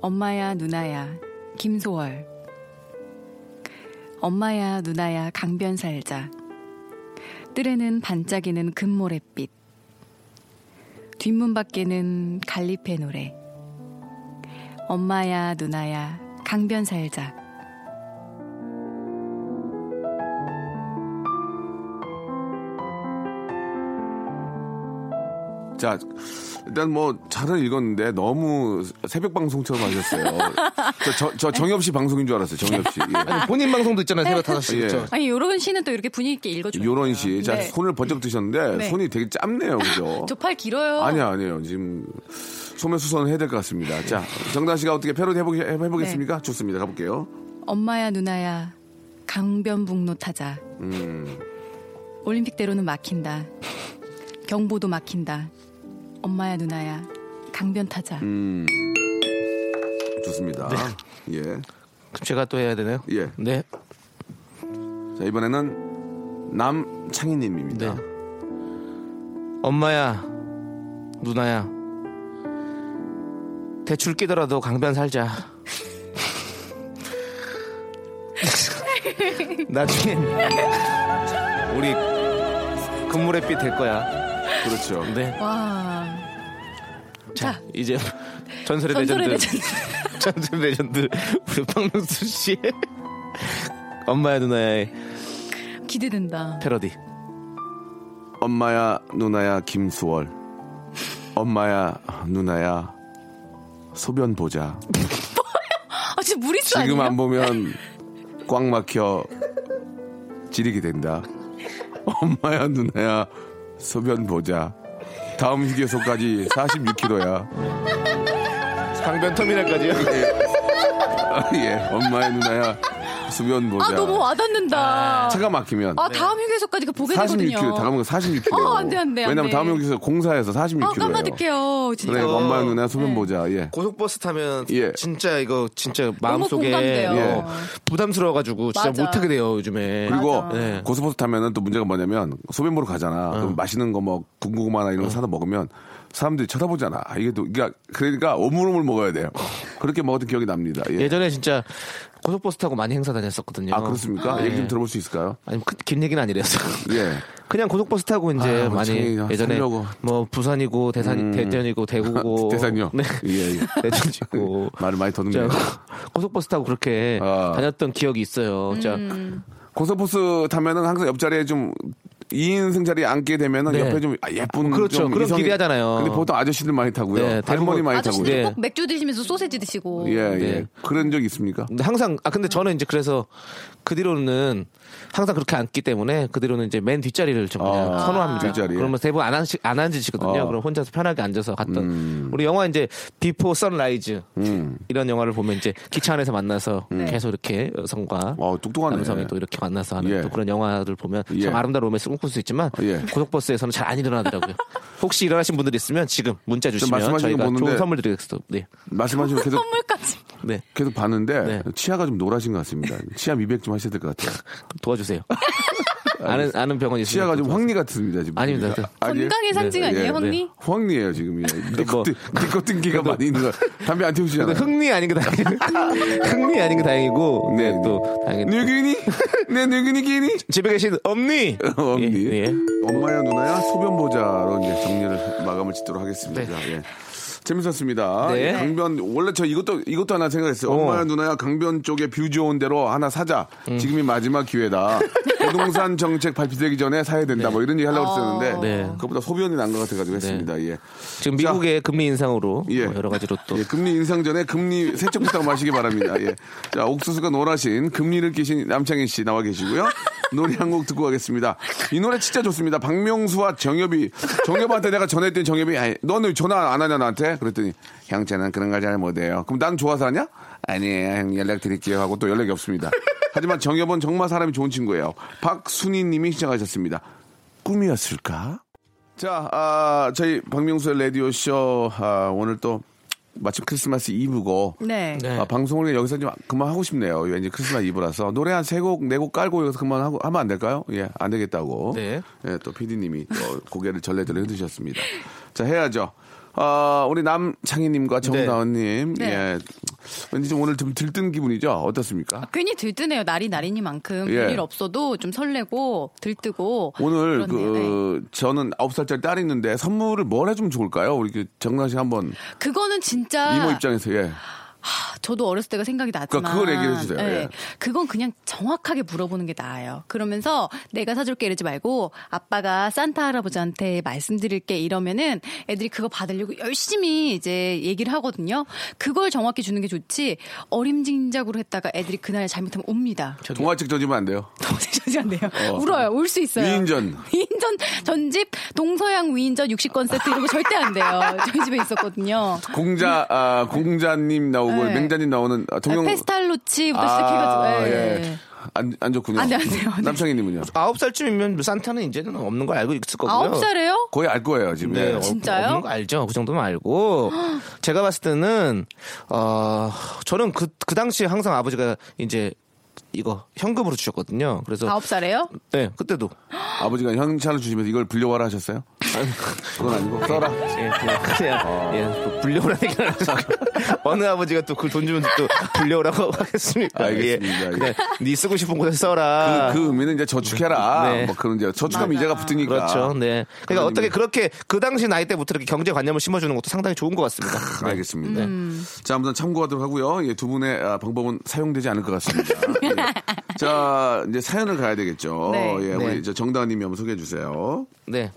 Speaker 3: 엄마야 누나야 김소월 엄마야 누나야 강변 살자 뜰에는 반짝이는 금모래빛 뒷문 밖에는 갈리페 노래 엄마야 누나야 강변 살자
Speaker 2: 자, 일단 뭐 잘은 읽었는데 너무 새벽 방송처럼 하셨어요. 저, 저, 저 정엽 씨 방송인 줄 알았어요. 정엽 씨. 예.
Speaker 4: 아니, 본인 방송도 있잖아요. 새벽 5시.
Speaker 2: 예.
Speaker 4: 그렇죠?
Speaker 3: 아니 요런 시는 또 이렇게 분위기 있게 읽어줘요.
Speaker 2: 요런 씨. 자,
Speaker 3: 네.
Speaker 2: 손을 번쩍 드셨는데
Speaker 3: 네.
Speaker 2: 손이 되게 짧네요. 그죠?
Speaker 3: 저 팔 길어요.
Speaker 2: 아니요, 아니요. 지금 소매 수선을 해야 될 것 같습니다. 자, 정단 씨가 어떻게 패러디 해보, 해보겠습니까?
Speaker 3: 네.
Speaker 2: 좋습니다. 가볼게요.
Speaker 3: 엄마야 누나야 강변북로 타자.
Speaker 2: 음.
Speaker 3: 올림픽대로는 막힌다. 경보도 막힌다. 엄마야 누나야 강변 타자.
Speaker 2: 음, 좋습니다.
Speaker 3: 네.
Speaker 2: 예.
Speaker 4: 그럼 제가 또 해야 되나요?
Speaker 2: 예.
Speaker 4: 네.
Speaker 2: 자, 이번에는 남창희님입니다.
Speaker 4: 네. 엄마야, 누나야. 대출 끼더라도 강변 살자. 나중에 우리 금물의 빛 될 거야.
Speaker 2: 그렇죠.
Speaker 4: 네.
Speaker 3: 와.
Speaker 4: 자, 이제 전설의
Speaker 3: 전설의
Speaker 4: 레전드. 전설의 레전드 우리 박명수 씨의 엄마야 누나의
Speaker 3: 기대된다.
Speaker 4: 패러디.
Speaker 2: 엄마야 누나야 김수월 엄마야 누나야 소변 보자
Speaker 3: 아 진짜 무리수
Speaker 2: 지금
Speaker 3: 아니에요?
Speaker 2: 안 보면 꽉 막혀 지리게 된다 엄마야 누나야 소변 보자 다음 휴게소까지 46km야
Speaker 4: 강변 터미널까지요?
Speaker 2: 예 엄마야 누나야 소변 보자
Speaker 3: 아 너무 와닿는다.
Speaker 2: 차가 막히면
Speaker 3: 아 다음 휴게소까지 그 보게 되거든요.
Speaker 2: 46km 다음 거 46km
Speaker 3: 어, 안 돼, 안 돼, 안
Speaker 2: 왜냐면
Speaker 3: 돼.
Speaker 2: 다음 휴게소 공사해서 46km예요 네, 뭐
Speaker 3: 아 네. 까마득해요. 진짜.
Speaker 2: 그래 엄마야 누나야 소변 보자 예
Speaker 4: 고속버스 타면
Speaker 2: 예.
Speaker 4: 진짜 이거 진짜 마음속에
Speaker 3: 공감돼요.
Speaker 4: 어, 부담스러워가지고 진짜
Speaker 3: 맞아.
Speaker 4: 못하게 돼요 요즘에
Speaker 2: 그리고
Speaker 4: 네.
Speaker 2: 고스포스 타면은 또 문제가 뭐냐면 소변보러 가잖아. 그럼 맛있는 거 뭐 군고구마나 이런 거 사다 먹으면 사람들이 쳐다보잖아. 아, 이게 또 그러니까 그러니까 오물오물 먹어야 돼요. 그렇게 먹었던 기억이 납니다. 예.
Speaker 4: 예전에 진짜 고속버스 타고 많이 행사 다녔었거든요
Speaker 2: 아 그렇습니까?
Speaker 4: 네.
Speaker 2: 얘기 좀 들어볼 수 있을까요?
Speaker 4: 아니 그- 긴 얘기는 아니래서
Speaker 2: 예.
Speaker 4: 그냥 고속버스 타고 이제
Speaker 2: 아,
Speaker 4: 많이
Speaker 2: 창의가
Speaker 4: 예전에
Speaker 2: 살려고. 음.
Speaker 4: 뭐 부산이고 대산 대전이고 대구고
Speaker 2: 대산이요.
Speaker 4: 네.
Speaker 2: 예. 예.
Speaker 4: 대전이고
Speaker 2: 말을 많이 더듬네요.
Speaker 4: 진짜 고속버스 타고 그렇게
Speaker 2: 아.
Speaker 4: 다녔던 기억이 있어요 진짜
Speaker 3: 음.
Speaker 2: 고스포스 타면은 항상 옆자리에 좀 2인승 자리에 앉게 되면은
Speaker 4: 네.
Speaker 2: 옆에 좀 아, 예쁜
Speaker 4: 아, 그렇죠.
Speaker 2: 좀
Speaker 4: 그런
Speaker 2: 이성이-
Speaker 4: 기대하잖아요.
Speaker 2: 근데 보통 아저씨들 많이 타고요.
Speaker 4: 네, 대부분-
Speaker 2: 할머니 많이 타고요.
Speaker 3: 아저씨들
Speaker 4: 네.
Speaker 3: 꼭 맥주 드시면서 소세지 드시고.
Speaker 2: 예, 예.
Speaker 4: 네.
Speaker 2: 그런 적 있습니까?
Speaker 4: 근데 항상 아 근데 저는 이제 그래서 그 뒤로는 항상 그렇게 앉기 때문에 그 뒤로는 이제 맨 뒷자리를 좀 그냥
Speaker 2: 아,
Speaker 4: 선호합니다.
Speaker 2: 뒷자리.
Speaker 4: 그러면 대부분 안, 앉, 안 앉으시거든요.
Speaker 2: 어. 음.
Speaker 4: 그럼 혼자서 편하게 앉아서 갔던 우리 영화 이제 비포 선라이즈 이런 영화를 보면 이제 기차 안에서 만나서 계속 이렇게 여성과
Speaker 2: 음. 네. 어, 똑똑하네.
Speaker 4: 남성이 또 이렇게 만나서 하는
Speaker 2: 예.
Speaker 4: 또 그런 영화를 보면
Speaker 2: 예.
Speaker 4: 참 아름다운 로맨스를 꿈꿀 수 있지만
Speaker 2: 예.
Speaker 4: 고속버스에서는 잘 안 일어나더라고요. 혹시 일어나신 분들 있으면 지금 문자 주시면
Speaker 2: 말씀하시는 거
Speaker 4: 저희가 좋은
Speaker 2: 보는데
Speaker 4: 선물 드리겠습니다. 네.
Speaker 2: 말씀하시면 계속
Speaker 3: 선물까지.
Speaker 4: 네.
Speaker 2: 계속 봤는데
Speaker 4: 네.
Speaker 2: 치아가 좀 노라신 것 같습니다. 치아 미백 좀 하셔야 될 것 같아요.
Speaker 4: 도와주세요. 아는 아는 병원 있으면
Speaker 2: 치아가
Speaker 4: 또
Speaker 2: 좀 황리 같습니다 지금.
Speaker 4: 아닙니다.
Speaker 2: 아, 아니에요?
Speaker 3: 건강의 상징
Speaker 2: 네,
Speaker 3: 아니에요,
Speaker 2: 네,
Speaker 3: 언니?
Speaker 2: 황리예요 지금. 예.
Speaker 4: 뭐.
Speaker 2: 니코틴 니코틴기가 많이 있는 거. 담배 안
Speaker 4: 근데
Speaker 2: 태우시잖아요.
Speaker 4: 뭐 흥미 아닌 게 다행. 흥미 아닌 게 다행이고. 네,
Speaker 2: 네,
Speaker 4: 또 다행이.
Speaker 2: 누구니? 내 누구니 끼니?
Speaker 4: 집에 계신 엄니.
Speaker 2: 엄니.
Speaker 4: 예, 예.
Speaker 2: 엄마야 누나야 소변 보자로 이제 정리를 마감을 짓도록 하겠습니다. 예. 재밌었습니다.
Speaker 4: 네.
Speaker 2: 예, 강변 원래 저 이것도 이것도 하나 생각했어요.
Speaker 4: 어.
Speaker 2: 엄마야 누나야 강변 쪽에 뷰 좋은 데로 하나 사자.
Speaker 4: 음.
Speaker 2: 지금이 마지막 기회다. 부동산 정책 발표되기 전에 사야 된다. 뭐 이런 얘기 하려고 했었는데
Speaker 4: 네.
Speaker 2: 그것보다 소변이 난 것 같아가지고 했습니다. 예.
Speaker 4: 지금 미국의 금리 인상으로
Speaker 2: 예.
Speaker 4: 뭐 여러 가지로 또
Speaker 2: 예, 금리 인상 전에 금리 세척부터 마시기 바랍니다. 예. 자, 옥수수가 노라신 금리를 끼신 남창희 씨 나와 계시고요. 노래 한 곡 듣고 가겠습니다. 이 노래 진짜 좋습니다. 박명수와 정엽이 정엽한테 내가 전했더니 정엽이 아니, 너는 왜 전화 안 하냐 나한테 그랬더니 형제는 그런 걸 잘 못해요. 그럼 난 좋아서 하냐? 아니에요. 형 연락 드릴게요 하고 또 연락이 없습니다. 하지만 정엽은 정말 사람이 좋은 친구예요. 박순희님이 시작하셨습니다. 꿈이었을까? 자, 아, 저희 박명수의 라디오쇼, 아, 오늘 또 마침 크리스마스 이브고,
Speaker 3: 네.
Speaker 4: 네.
Speaker 2: 아, 방송을 여기서 좀 그만하고 싶네요. 왠지 크리스마스 이브라서. 노래 한 세 곡, 네 곡 깔고 여기서 그만하고, 하면 안 될까요? 예, 안 되겠다고.
Speaker 4: 네.
Speaker 2: 예, 또 PD님이 또 고개를 절레절레 흔드셨습니다. 자, 해야죠. 아, 우리 남창희님과 정다은님.
Speaker 3: 네.
Speaker 2: 예. 왠지 좀 오늘 좀 들뜬 기분이죠? 어떻습니까?
Speaker 3: 괜히 들뜨네요. 날이 날이니만큼
Speaker 2: 예.
Speaker 3: 별일 없어도 좀 설레고 들뜨고
Speaker 2: 오늘
Speaker 3: 그렇네요. 네.
Speaker 2: 그 저는 아홉 살짜리 딸이 있는데 선물을 뭘 해주면 좋을까요? 우리 그 정당 씨 한번
Speaker 3: 그거는 진짜
Speaker 2: 이모 입장에서 예.
Speaker 3: 저도 어렸을 때가 생각이 나지만 네.
Speaker 2: 그러니까 그걸 얘기를 해주세요. 예.
Speaker 3: 그건 그냥 정확하게 물어보는 게 나아요. 그러면서 내가 사줄게 이러지 말고 아빠가 산타 할아버지한테 말씀드릴게 이러면은 애들이 그거 받으려고 열심히 이제 얘기를 하거든요. 그걸 정확히 주는 게 좋지 어림짐작으로 했다가 애들이 그날 잘못하면 옵니다.
Speaker 2: 동화책 던지면 안 돼요.
Speaker 3: 전지 안 돼요. 울어요. 울 수 있어요.
Speaker 2: 위인전.
Speaker 3: 위인전 전집 동서양 위인전 60권 세트 이런 거 절대 안 돼요. 저희 집에 있었거든요.
Speaker 2: 공자 아, 공자님 나오고
Speaker 3: 네.
Speaker 2: 맹자님 나오는 아, 동영 아,
Speaker 3: 페스탈로치부터 시작해가지고. 예.
Speaker 2: 안, 안 좋군요.
Speaker 3: 안 돼, 안 돼요. 네.
Speaker 2: 남창희님은요?
Speaker 4: 아홉 살쯤이면 산타는 이제는 없는 걸 알고 있을 거고요.
Speaker 3: 아홉 살에요?
Speaker 2: 거의 알 거예요 지금.
Speaker 4: 네,
Speaker 2: 예.
Speaker 4: 없-
Speaker 3: 진짜요?
Speaker 4: 없는 거 알죠. 그 정도면 알고. 제가 봤을 때는 어 저는 그 그 당시에 항상 아버지가 이제 이거 현금으로 주셨거든요. 그래서
Speaker 3: 아홉 살에요?
Speaker 4: 네 그때도
Speaker 2: 아버지가 현찰을 주시면서 이걸 불려와라 하셨어요? 그건 아니고 써라.
Speaker 4: 예, 그냥, 그냥
Speaker 2: 어.
Speaker 4: 예, 또 불려오라는 얘기를 하죠. 어느 아버지가 또 그 돈 주면 또 불려오라고 하겠습니까?
Speaker 2: 알겠습니다.
Speaker 4: 예, 그냥 네 쓰고 싶은 곳에 써라.
Speaker 2: 그, 그 의미는 이제 저축해라.
Speaker 4: 네.
Speaker 2: 뭐 그런 이제 저축하면
Speaker 3: 맞아.
Speaker 2: 이자가 붙으니까.
Speaker 4: 그렇죠. 네. 그러니까
Speaker 2: 그런
Speaker 4: 어떻게
Speaker 2: 의미.
Speaker 4: 그렇게 그 당시 나이 때부터 이렇게 경제관념을 심어주는 것도 상당히 좋은 것 같습니다.
Speaker 2: 아, 알겠습니다.
Speaker 4: 음.
Speaker 2: 자, 한번 참고하도록 하고요. 예, 두 분의 아, 방법은 사용되지 않을 것 같습니다. 예. 자, 이제 사연을 가야 되겠죠.
Speaker 3: 네.
Speaker 2: 예,
Speaker 4: 네.
Speaker 2: 우리 저 정다은님이 한번 소개해 주세요.
Speaker 4: 네.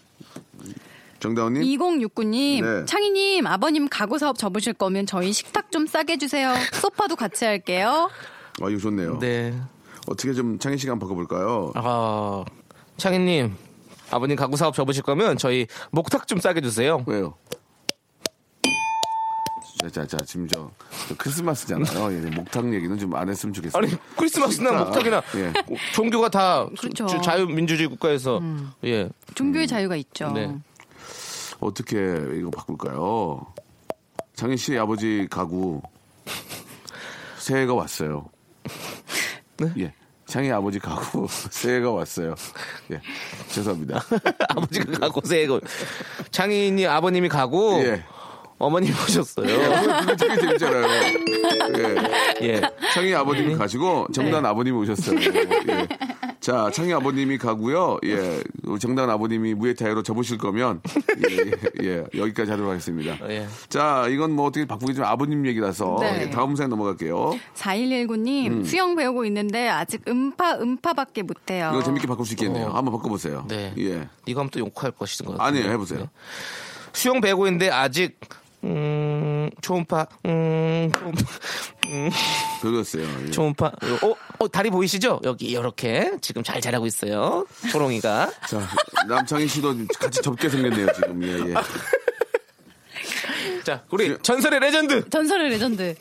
Speaker 2: 정다은님.
Speaker 3: 2069님,
Speaker 2: 네.
Speaker 3: 창희님, 아버님 가구 사업 접으실 거면 저희 식탁 좀 싸게 해주세요. 소파도 같이 할게요.
Speaker 2: 아, 이거 좋네요.
Speaker 4: 네.
Speaker 2: 어떻게 좀 창희 씨가 한번 바꿔볼까요?
Speaker 4: 아, 창희님. 아버님 가구 사업 접으실 거면 저희 목탁 좀 싸게 주세요.
Speaker 2: 왜요? 자, 자, 자, 지금 저, 저 크리스마스잖아요. 예, 목탁 얘기는 좀 안 했으면 좋겠어요.
Speaker 4: 아니 크리스마스나
Speaker 2: 진짜.
Speaker 4: 목탁이나
Speaker 2: 예.
Speaker 4: 종교가 다
Speaker 3: 그렇죠. 음.
Speaker 4: 주- 자유민주주의 국가에서 예
Speaker 2: 음.
Speaker 3: 종교의 자유가 있죠.
Speaker 4: 네.
Speaker 2: 어떻게 이거 바꿀까요? 장희 씨 아버지 가구 새해가 왔어요.
Speaker 4: 네?
Speaker 2: 예. 장희 아버지 가구 새해가 왔어요. 예. 죄송합니다.
Speaker 4: 아버지가 가고 세고 장인이 아버님이 가고
Speaker 2: 예.
Speaker 4: 어머님 오셨어요.
Speaker 2: 그거 되게 재밌잖아요. 예.
Speaker 4: 예.
Speaker 2: 창희 아버님이 가시고 정단 아버님이 오셨어요. 예. 자, 창희 아버님이 가고요. 예, 정단 아버님이 무에타이로 접으실 거면 예, 예, 예, 여기까지 하도록 하겠습니다.
Speaker 4: 예.
Speaker 2: 자, 이건 뭐 어떻게 바꾸기 좀 아버님 얘기라서
Speaker 3: 네.
Speaker 2: 예, 다음 사연 넘어갈게요.
Speaker 3: 4119님,
Speaker 2: 음.
Speaker 3: 수영 배우고 있는데 아직 음파, 음파밖에 못해요.
Speaker 2: 이거 재밌게 바꿀 수 있겠네요. 한번 바꿔보세요.
Speaker 4: 어. 네.
Speaker 2: 예.
Speaker 4: 이거 하면 또 욕할 것이신 것 같아요.
Speaker 2: 아니에요, 해보세요.
Speaker 4: 수영 배구인데 아직 음 초음파 음 초음파 음
Speaker 2: 그거였어요. 예.
Speaker 4: 초음파 어, 어 다리 보이시죠? 여기 이렇게 지금 잘 자라고 있어요. 초롱이가
Speaker 2: 자, 남창희 씨도 같이 접게 생겼네요, 지금. 예,
Speaker 4: 아,
Speaker 2: 예.
Speaker 4: 자 우리 전설의 레전드
Speaker 3: 전설의 레전드.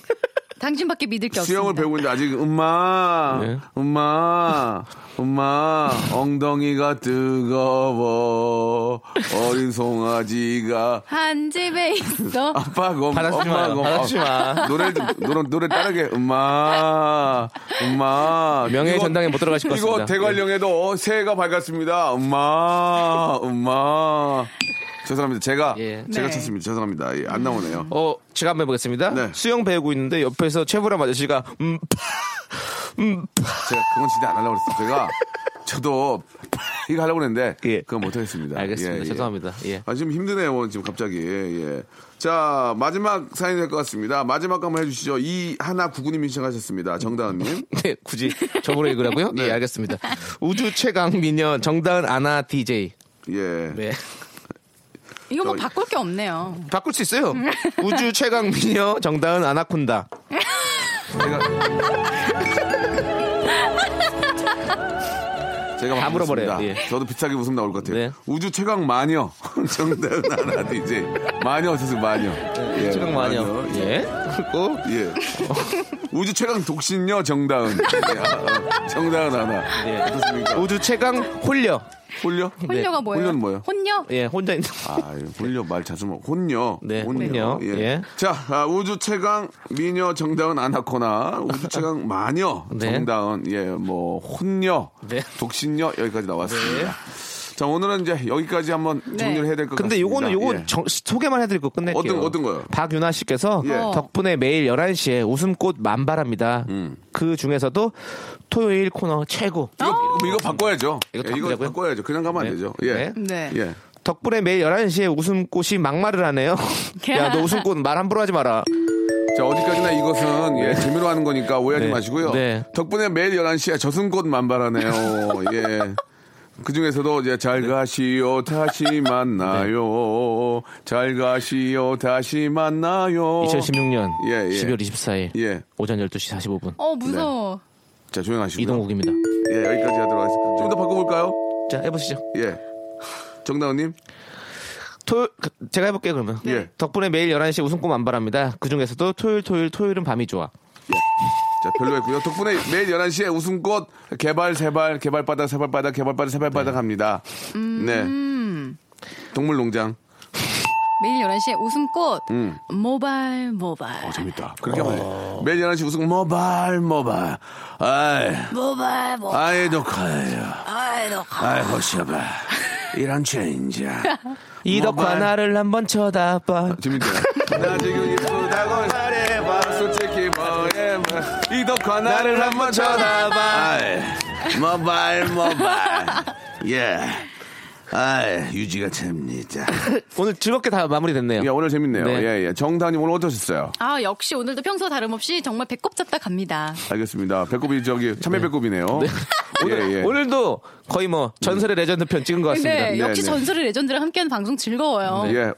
Speaker 3: 당신밖에 믿을 게 없습니다.
Speaker 2: 수영을 배우는데 아직 엄마,
Speaker 4: 네.
Speaker 2: 엄마, 엄마 엉덩이가 뜨거워 어린 송아지가
Speaker 3: 한 집에 있어.
Speaker 2: 아빠 검
Speaker 4: 받아쓰지
Speaker 2: 엄마
Speaker 4: 마요.
Speaker 2: 검
Speaker 4: 받아쓰지 마.
Speaker 2: 노래 노래 노래 따르게 엄마, 엄마
Speaker 4: 명예의
Speaker 2: 이거-
Speaker 4: 전당에 못 들어가실 것
Speaker 2: 이거
Speaker 4: 같습니다.
Speaker 2: 대관령에도 어, 새해가 밝았습니다. 엄마, 엄마. 죄송합니다. 제가
Speaker 4: 예.
Speaker 2: 제가
Speaker 3: 네.
Speaker 2: 쳤습니다. 죄송합니다. 예, 안 나오네요.
Speaker 4: 어 제가 한번 해보겠습니다.
Speaker 2: 네.
Speaker 4: 수영 배우고 있는데 옆에서 최불암 아저씨가 음
Speaker 2: 제가 그건 진짜 안 하려고 그랬어요. 제가 저도 이거 하려고 했는데
Speaker 4: 예.
Speaker 2: 그건 못 하겠습니다.
Speaker 4: 알겠습니다.
Speaker 2: 예, 예.
Speaker 4: 죄송합니다. 예.
Speaker 2: 아 지금 힘드네요. 지금 갑자기. 예. 자 마지막 사연 될것 같습니다. 마지막 거 한번 해주시죠. 이 하나 구구님이 시작하셨습니다. 정다은님.
Speaker 4: 네, 굳이 저보로 읽으라고요? 네, 알겠습니다. 우주 최강 미녀 정다은 아나 DJ.
Speaker 2: 예.
Speaker 4: 네.
Speaker 3: 이거 뭐 바꿀 게 없네요.
Speaker 4: 바꿀 수 있어요. 우주 최강 미녀 정다은 아나콘다.
Speaker 2: 제가 제가
Speaker 4: 다 물어버려요.
Speaker 2: 바꾸겠습니다.
Speaker 4: 예.
Speaker 2: 저도 비슷하게 웃음 나올 것 같아요.
Speaker 4: 네.
Speaker 2: 우주 최강 마녀 정다은 하나 이제 마녀 어땠어요? 마녀. 예,
Speaker 4: 네, 최강 마녀. 예. 그리고
Speaker 2: 예. 우주 최강 독신녀 정다은. 예, 아, 정다은 하나.
Speaker 4: 예.
Speaker 2: 어떻습니까?
Speaker 4: 우주 최강 홀려.
Speaker 2: 홀려?
Speaker 3: 혼녀가 뭐예요?
Speaker 2: 네. 혼녀는 뭐예요?
Speaker 3: 혼녀?
Speaker 4: 예, 혼자 있는.
Speaker 2: 아, 예, 홀려 말 자주 먹. 혼녀.
Speaker 4: 네, 혼녀.
Speaker 2: 예.
Speaker 4: 예.
Speaker 2: 자, 아, 우주 최강 미녀 정다은 아나코나 우주 최강 마녀
Speaker 4: 네.
Speaker 2: 정다은 예, 뭐 혼녀,
Speaker 4: 네.
Speaker 2: 독신녀 여기까지 나왔습니다. 자, 오늘은 이제 여기까지 한번 정리를 해야 될 것 같습니다.
Speaker 4: 근데 요거는 요거
Speaker 2: 예.
Speaker 4: 정- 소개만 해드리고 끝낼게요.
Speaker 2: 어떤- 어떤 거요?
Speaker 4: 박윤아 씨께서
Speaker 2: 예.
Speaker 4: 덕분에 매일 11시에 웃음꽃 만발합니다. 그 중에서도 토요일 코너 최고.
Speaker 2: 그럼 이거 바꿔야죠. 예,
Speaker 4: 이것도
Speaker 2: 이거,
Speaker 4: 바꾸자고요?
Speaker 2: 바꿔야죠. 그냥 가면
Speaker 4: 네.
Speaker 2: 안 되죠. 예.
Speaker 4: 네.
Speaker 3: 네.
Speaker 2: 예.
Speaker 4: 덕분에 매일 11시에 웃음꽃이 막말을 하네요. 야, 너 웃음꽃 말 함부로 하지 마라.
Speaker 2: 자, 어디까지나 이것은 예, 재미로 하는 거니까 오해하지
Speaker 4: 네.
Speaker 2: 마시고요.
Speaker 4: 네.
Speaker 2: 덕분에 매일 11시에 저승꽃 만발하네요. 예. 그 중에서도 이제 잘
Speaker 4: 네.
Speaker 2: 가시오 다시 만나요. 잘 가시오 다시 만나요.
Speaker 4: 어. 2016년
Speaker 2: 예, 예.
Speaker 4: 12월 24일
Speaker 2: 예.
Speaker 4: 오전 12시 45분
Speaker 3: 어 무서워.
Speaker 2: 자, 조용하시고.
Speaker 4: 이동욱입니다.
Speaker 2: 예, 여기까지 하도록 하겠습니다. 좀 더 바꿔볼까요?
Speaker 4: 자 해보시죠.
Speaker 2: 예. 정다운님?
Speaker 4: 토요 그, 제가 해볼게요 그러면.
Speaker 2: 예.
Speaker 4: 덕분에 매일 11시 웃음꽃 만발합니다. 그 중에서도 토요일 토요일 토요일은 밤이 좋아.
Speaker 2: 자, 별로였고요. 덕분에 매일 11시에 웃음꽃 개발, 세발, 개발바다, 세발바다, 개발바다, 세발바다 갑니다. 네. 동물농장.
Speaker 3: 매일 11시에 웃음꽃 모발
Speaker 2: 어,
Speaker 3: 모발
Speaker 2: 재밌다. 그렇게 말해. 매일 11시 웃음 모발, 모발. 아이,
Speaker 3: 모발 모발
Speaker 2: 아이, 녹화예요.
Speaker 3: 아이 너 가-
Speaker 2: 아이, 보셔봐. 이런 체인지야.
Speaker 4: 이덕화
Speaker 2: 모발.
Speaker 4: 나를 한번 쳐다봐.
Speaker 2: 재밌다. 나 지금 예쁘다고 잘해봐. 솔직히 뭐해. 뭐. 이덕화 나를 한번 쳐다봐. 아이, 모발, 모발. 예. 아이, 유지가 잽니다.
Speaker 4: 오늘 즐겁게 다 마무리됐네요.
Speaker 2: 야, 오늘 재밌네요.
Speaker 4: 네.
Speaker 2: 예, 예. 정다님 오늘 어떠셨어요?
Speaker 3: 아 역시 오늘도 평소 다름없이 정말 배꼽 잡다 갑니다.
Speaker 2: 알겠습니다. 배꼽이 저기 참외 배꼽이네요. 오늘, 예, 음. 예.
Speaker 4: 오늘도 거의 뭐 전설의 레전드 편 찍은 것 같습니다.
Speaker 3: 근데
Speaker 2: 네,
Speaker 3: 역시
Speaker 2: 네.
Speaker 3: 전설의 레전드랑 함께하는 방송 즐거워요.
Speaker 2: 예.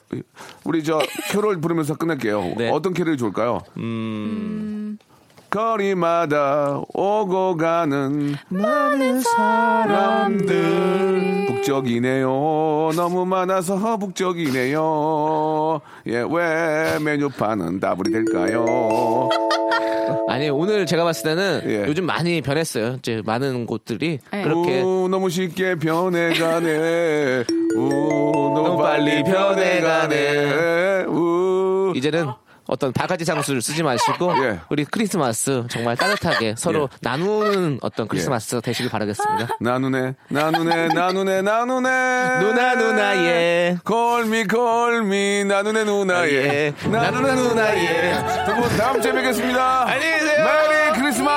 Speaker 2: 우리 저 캐롤 부르면서 끝낼게요.
Speaker 4: 어. 네. 음.
Speaker 2: 어떤 캐롤이 좋을까요? 거리마다 오고 가는
Speaker 4: 많은 사람들
Speaker 2: 북적이네요. 너무 많아서 북적이네요. 예, 왜 메뉴판은 다불이 될까요?
Speaker 4: 아니 오늘 제가 봤을 때는
Speaker 2: 예.
Speaker 4: 요즘 많이 변했어요. 이제 많은 곳들이
Speaker 3: 네.
Speaker 4: 그렇게
Speaker 2: 우, 너무 쉽게 변해가네. 우, 너무
Speaker 4: 너무
Speaker 2: 빨리
Speaker 4: 빨리
Speaker 2: 변해가네. 우.
Speaker 4: 이제는 어떤 바가지 장수를 쓰지 마시고
Speaker 2: 예.
Speaker 4: 우리 크리스마스 정말 따뜻하게 서로 나누는 어떤 크리스마스 되시길 바라겠습니다.
Speaker 2: 나누네, 나누네, 나누네, 나누네.
Speaker 4: 누나 누나 예.
Speaker 2: 콜미 콜미 나누네 누나 예.
Speaker 4: 예.
Speaker 2: 나누네
Speaker 4: 나누네
Speaker 2: 누나
Speaker 4: 누나,
Speaker 2: 예.
Speaker 4: 예.
Speaker 2: 여러분 다음 주에 뵙겠습니다.
Speaker 4: 안녕히 계세요.
Speaker 2: 메리 크리스마스.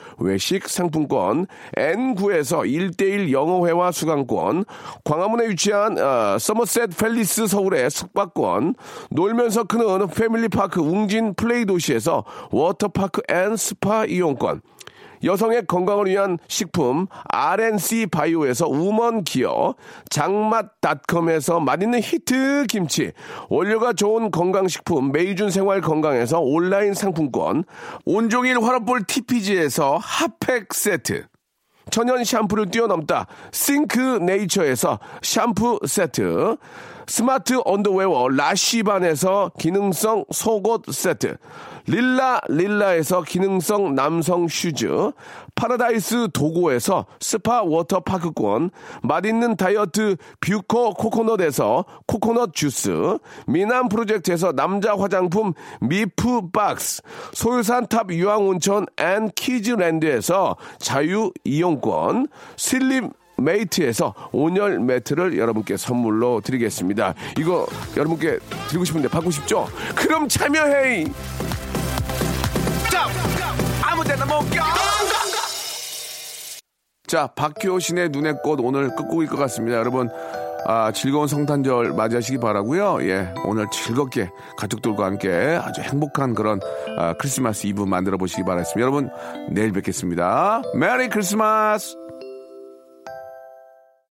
Speaker 2: 외식 상품권, N9에서 1대1 영어회화 수강권, 광화문에 위치한 어, 서머셋 팰리스 서울의 숙박권, 놀면서 크는 패밀리파크 웅진 플레이 도시에서 워터파크 앤 스파 이용권, 여성의 건강을 위한 식품 RNC 바이오에서 우먼 기어 장맛닷컴에서 맛있는 히트 김치 원료가 좋은 건강식품 메이준 생활 건강에서 온라인 상품권 온종일 화롯볼 TPG에서 핫팩 세트 천연 샴푸를 뛰어넘다 싱크 네이처에서 샴푸 세트 스마트 언더웨어 라쉬반에서 기능성 속옷 세트 릴라 릴라에서 기능성 남성 슈즈 파라다이스 도고에서 스파 워터파크권 맛있는 다이어트 뷰코 코코넛에서 코코넛 주스 미남 프로젝트에서 남자 화장품 미프 박스 소유산탑 유황온천 앤 키즈랜드에서 자유 이용권 슬림 메이트에서 온열 매트를 여러분께 선물로 드리겠습니다. 이거 여러분께 드리고 싶은데 받고 싶죠? 그럼 참여해! 아무 데나 못 가! 자, 박효신의 눈의 꽃 오늘 끝곡일 것 같습니다. 여러분, 아, 즐거운 성탄절 맞이하시기 바라고요 예, 오늘 즐겁게 가족들과 함께 아주 행복한 그런 아, 크리스마스 이브 만들어 보시기 바라겠습니다. 여러분, 내일 뵙겠습니다. 메리 크리스마스!